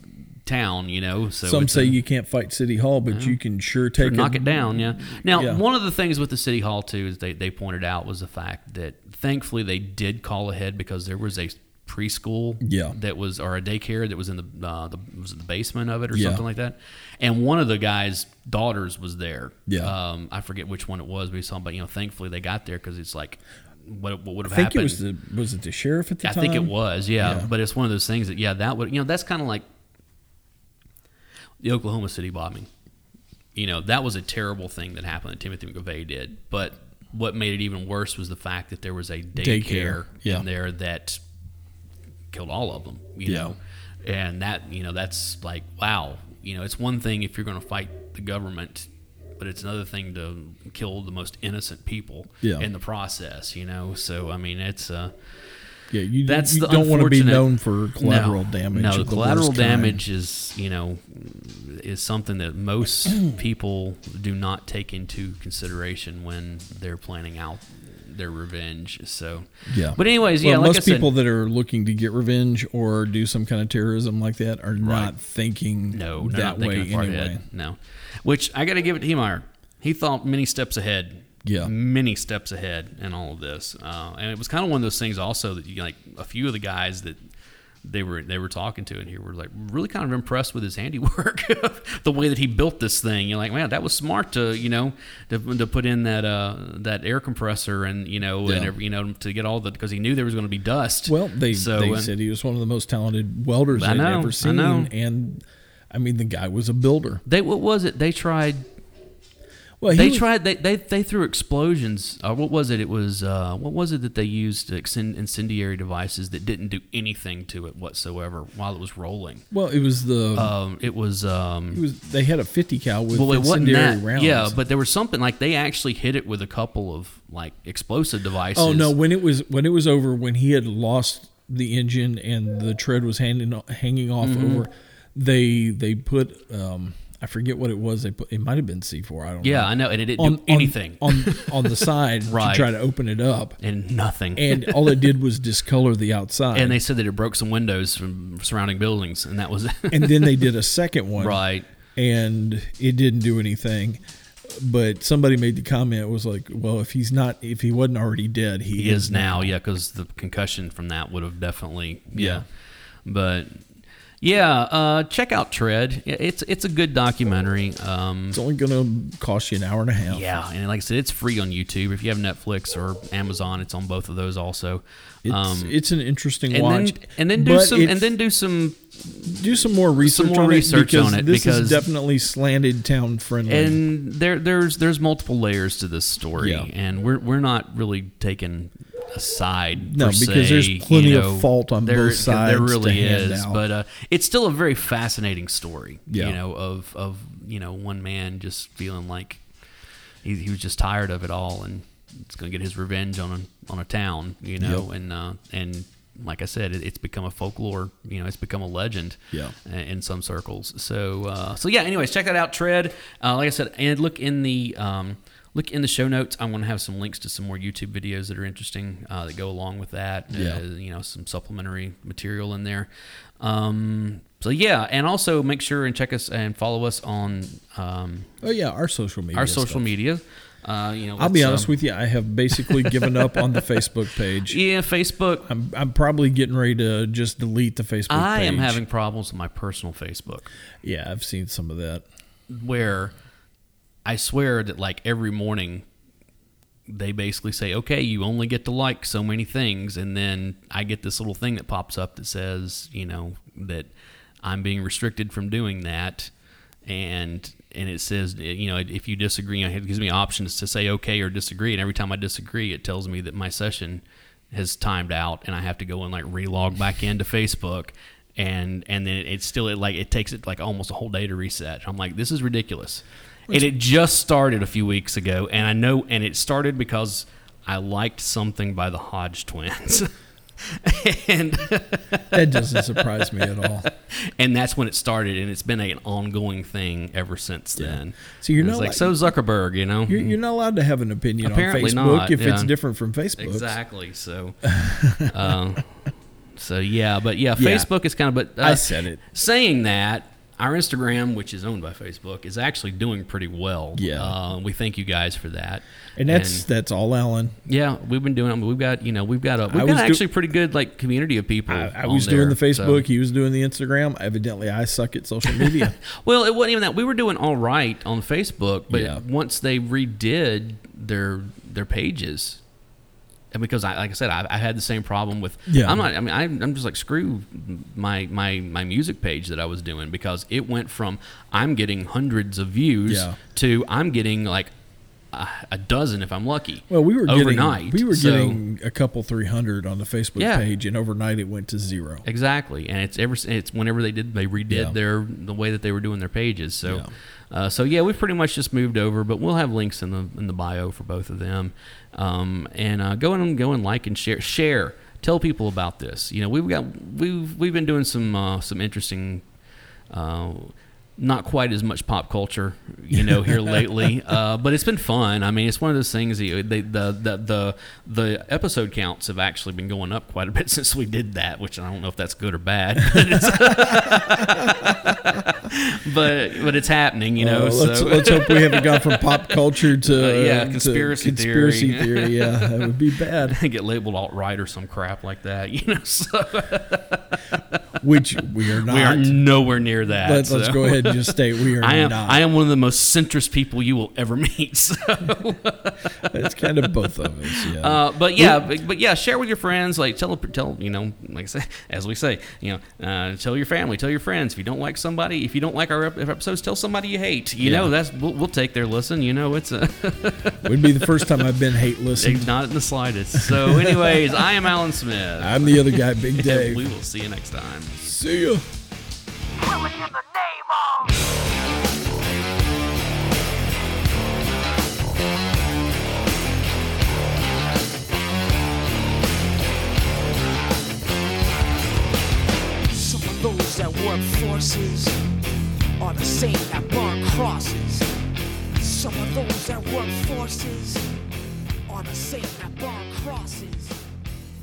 town. You know, so
uh, some
it's
say
a-
you can't fight City Hall, but you can sure take
or knock it down. Yeah. Now,
Yeah.
one of the things with the city hall too is they, they pointed out was the fact that thankfully they did call ahead because there was a preschool
Yeah.
that was or a daycare that was in the uh, the was it the basement of it or
Yeah.
something like that, and one of the guys' daughters was there.
Yeah.
Um, I forget which one it was, but we saw. But you know, thankfully they got there because it's like. What, what would have
I think
happened?
it was the was it the sheriff at the
I
time?
think it was, yeah. But it's one of those things that, yeah, that would, you know, that's kind of like the Oklahoma City bombing. You know, that was a terrible thing that happened that Timothy McVeigh did. But what made it even worse was the fact that there was a daycare,
Daycare, yeah.
in there that killed all of them, you
Yeah.
know. And that, you know, that's like, wow. You know, it's one thing if you're going to fight the government, but it's another thing to kill the most innocent people
Yeah.
in the process, you know. So, I mean, it's, uh,
Yeah, you,
that's
you
the
don't want to be
unfortunate-
known for collateral
no,
damage.
No,
of the
collateral
worst kind.
damage is you know is something that
<clears throat>
most people do not take into consideration when they're planning out their revenge. So
Yeah.
but anyways,
Well,
yeah, like
most
I said,
people that are looking to get revenge or do some kind of terrorism like that are not thinking
no, they're
that
not thinking
way
far
anyway.
ahead. No, which I got to give it to Hemeyer. He thought many steps ahead.
Yeah.
many steps ahead in all of this, uh, and it was kind of one of those things also that you like a few of the guys that they were they were talking to in here were like really kind of impressed with his handiwork, <laughs> the way that he built this thing. You're like, man, that was smart to you know to, to put in that uh, that air compressor and you know and
Yeah.
every- you know to get all the because he knew there was going to be dust.
Well, they,
So, uh,
they
and-
said he was one of the most talented welders
I
I'd
know, I
ever seen.
know.
And I mean, the guy was a builder.
they what was it? They tried
Well, he
They
was-
tried. They, they they threw explosions. Uh, what was it? It was uh, what was it that they used to extend incendiary devices that didn't do anything to it whatsoever while it was rolling.
Well, it was the
Um, it was.
it
Um,
was they had a fifty cal with
well, it wasn't
incendiary
that.
rounds.
Yeah, but there was something like they actually hit it with a couple of like explosive devices.
oh no, when it was when it was over, when he had lost the engine and the tread was hanging hanging off
Mm-hmm.
over, they they put um, I forget what it was. They put it might have been C four. I don't know.
Yeah, I know, and it didn't
on
do anything
on
<laughs>
on, on the side
Right.
to try to open it up,
and nothing. And,
and all it did was discolor the outside.
they said that it broke some windows from surrounding buildings, and that was <laughs>
and then they did a second one,
right.
and it didn't do anything. But somebody made the comment was like, "Well, if he's not, if he wasn't already dead, he,
He is now, yeah, because the concussion from that would have definitely, yeah.
Yeah.
But yeah, uh, check out Tread. Yeah, It's it's a good documentary. Um,
It's only going to cost you an hour and a half.
yeah, and like I said, it's free on YouTube. If you have Netflix or Amazon, it's on both of those also.
It's,
Um,
it's an interesting
and
watch.
then and then do
but
some and
it's-
then do some
do some more research
more
on
research
it because
on it
this
because-
is definitely slanted town friendly.
and there there's there's multiple layers to this story,
Yeah.
and we're we're not really taking a side.
No,
per
because
se,
there's plenty
you
of
know.
fault on
there,
both sides
There
to
really
hand
is,
out.
but uh, it's still a very fascinating story.
Yeah.
you know of of you know one man just feeling like he, he was just tired of it all and it's going to get his revenge on a, on a town, you know,
Yep.
and uh, and like I said, it, it's become a folklore, you know, it's become a legend,
Yeah.
i- uh, in some circles. So uh, so yeah. Anyways, check that out. Tread, uh, like I said, and look in the. Um, Look in the show notes. I'm going to have some links to some more YouTube videos that are interesting uh, that go along with that.
Yeah.
Uh, you know, some supplementary material in there. Um, so yeah, and also make sure and check us and follow us on um,
oh yeah, our social media.
our
stuff.
social media. Uh, you know,
I'll be honest with you. I have
<laughs>
basically given up on the Facebook page.
Yeah, Facebook.
I'm, I'm probably getting ready to just delete the Facebook.
I am
page.
having problems with my personal Facebook,
Yeah, I've seen some of that.
where I swear that like every morning they basically say, "Okay, you only get to like so many things," and then I get this little thing that pops up that says, you know, that I'm being restricted from doing that. and and it says you know if you disagree, it gives me options to say okay or disagree, and every time I disagree, it tells me that my session has timed out and I have to go and like relog back into Facebook. And, and then it's still it like it takes it like almost a whole day to reset. I'm like, this is ridiculous and it just started a few weeks ago and i know and it started because i liked something by the hodge twins <laughs> and
That doesn't surprise me at all.
and that's when it started and it's been an ongoing thing ever since then
So you're
And it's
not
like
like-
so zuckerberg you know
You're, you're not allowed to have an opinion
Apparently
on Facebook
not,
if it's
yeah.
different from Facebook.
exactly
<laughs>
so uh, so yeah but yeah
Yeah.
facebook is kind of but uh,
I said it.
saying that our instagram which is owned by facebook is actually doing pretty well
Yeah.
uh, we thank you guys for that
And that's that's all Alan.
Yeah, we've been doing. I mean, we've got you know we've got a we've
I
got
was do-
actually pretty good like community of people.
I, I
on
was
there,
doing the
so-
Facebook, he was doing the Instagram. Evidently I suck at social
<laughs>
media.
Well, it wasn't even that we were doing all right on Facebook, but
Yeah.
once they redid their their pages, and because I like I said I, I had the same problem with.
Yeah.
I'm not. I mean, I, I'm just like screw my my my music page that I was doing because it went from I'm getting hundreds of views
Yeah.
to I'm getting like a, a dozen if I'm lucky.
Well, we were getting-
overnight.
we were
so-
getting a couple 300 on the Facebook
Yeah.
page and overnight it went to zero.
Exactly, and it's ever it's whenever they did they redid
Yeah.
their the way that they were doing their pages. So, uh, so yeah, we've pretty much just moved over, but we'll have links in the in the bio for both of them. Um, and uh, go and go and like and share share tell people about this. You know, we've got we've we've been doing some uh, some interesting. Uh, not quite as much pop culture, you know, here lately, uh, but it's been fun. I mean, it's one of those things that you, they, the, the the the episode counts have actually been going up quite a bit <laughs> since we did that, which I don't know if that's good or bad, but it's, but, but it's happening, you know.
Uh, let's,
so
let's hope we haven't gone from pop culture to
<laughs> Uh, yeah,
to
conspiracy theory. <laughs>
conspiracy theory. Yeah, that would be bad.
get labeled alt right or some crap like that, <laughs> you know. So
Which we are not.
we are nowhere near that.
Let, us
so.
go ahead and just state we
<laughs>
are
I am
not.
I am one of the most centrist people you will ever <laughs> meet. So.
it's kind of both of us. Yeah.
Uh, but yeah, but, but yeah, share with your friends. Like tell tell you know, like I say, <laughs> as we say, you know, uh, tell your family, tell your friends. If you don't like somebody, if you don't like our ep- episodes, tell somebody you hate. You know, that's we'll, we'll take their listen. You know, it's
<laughs>
uh
Would be the first time I've been
<laughs>
hate listened.
not in the slightest. So, anyways, I am Alan
<laughs>
Smith.
I'm the other
<laughs>
guy, Big
And
Dave.
we will see you next time.
See ya.
Killing in the name of.
Some of those that work forces are the same that burn crosses. Some of those that work forces are the same that burn crosses.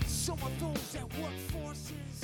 Some of those that work forces.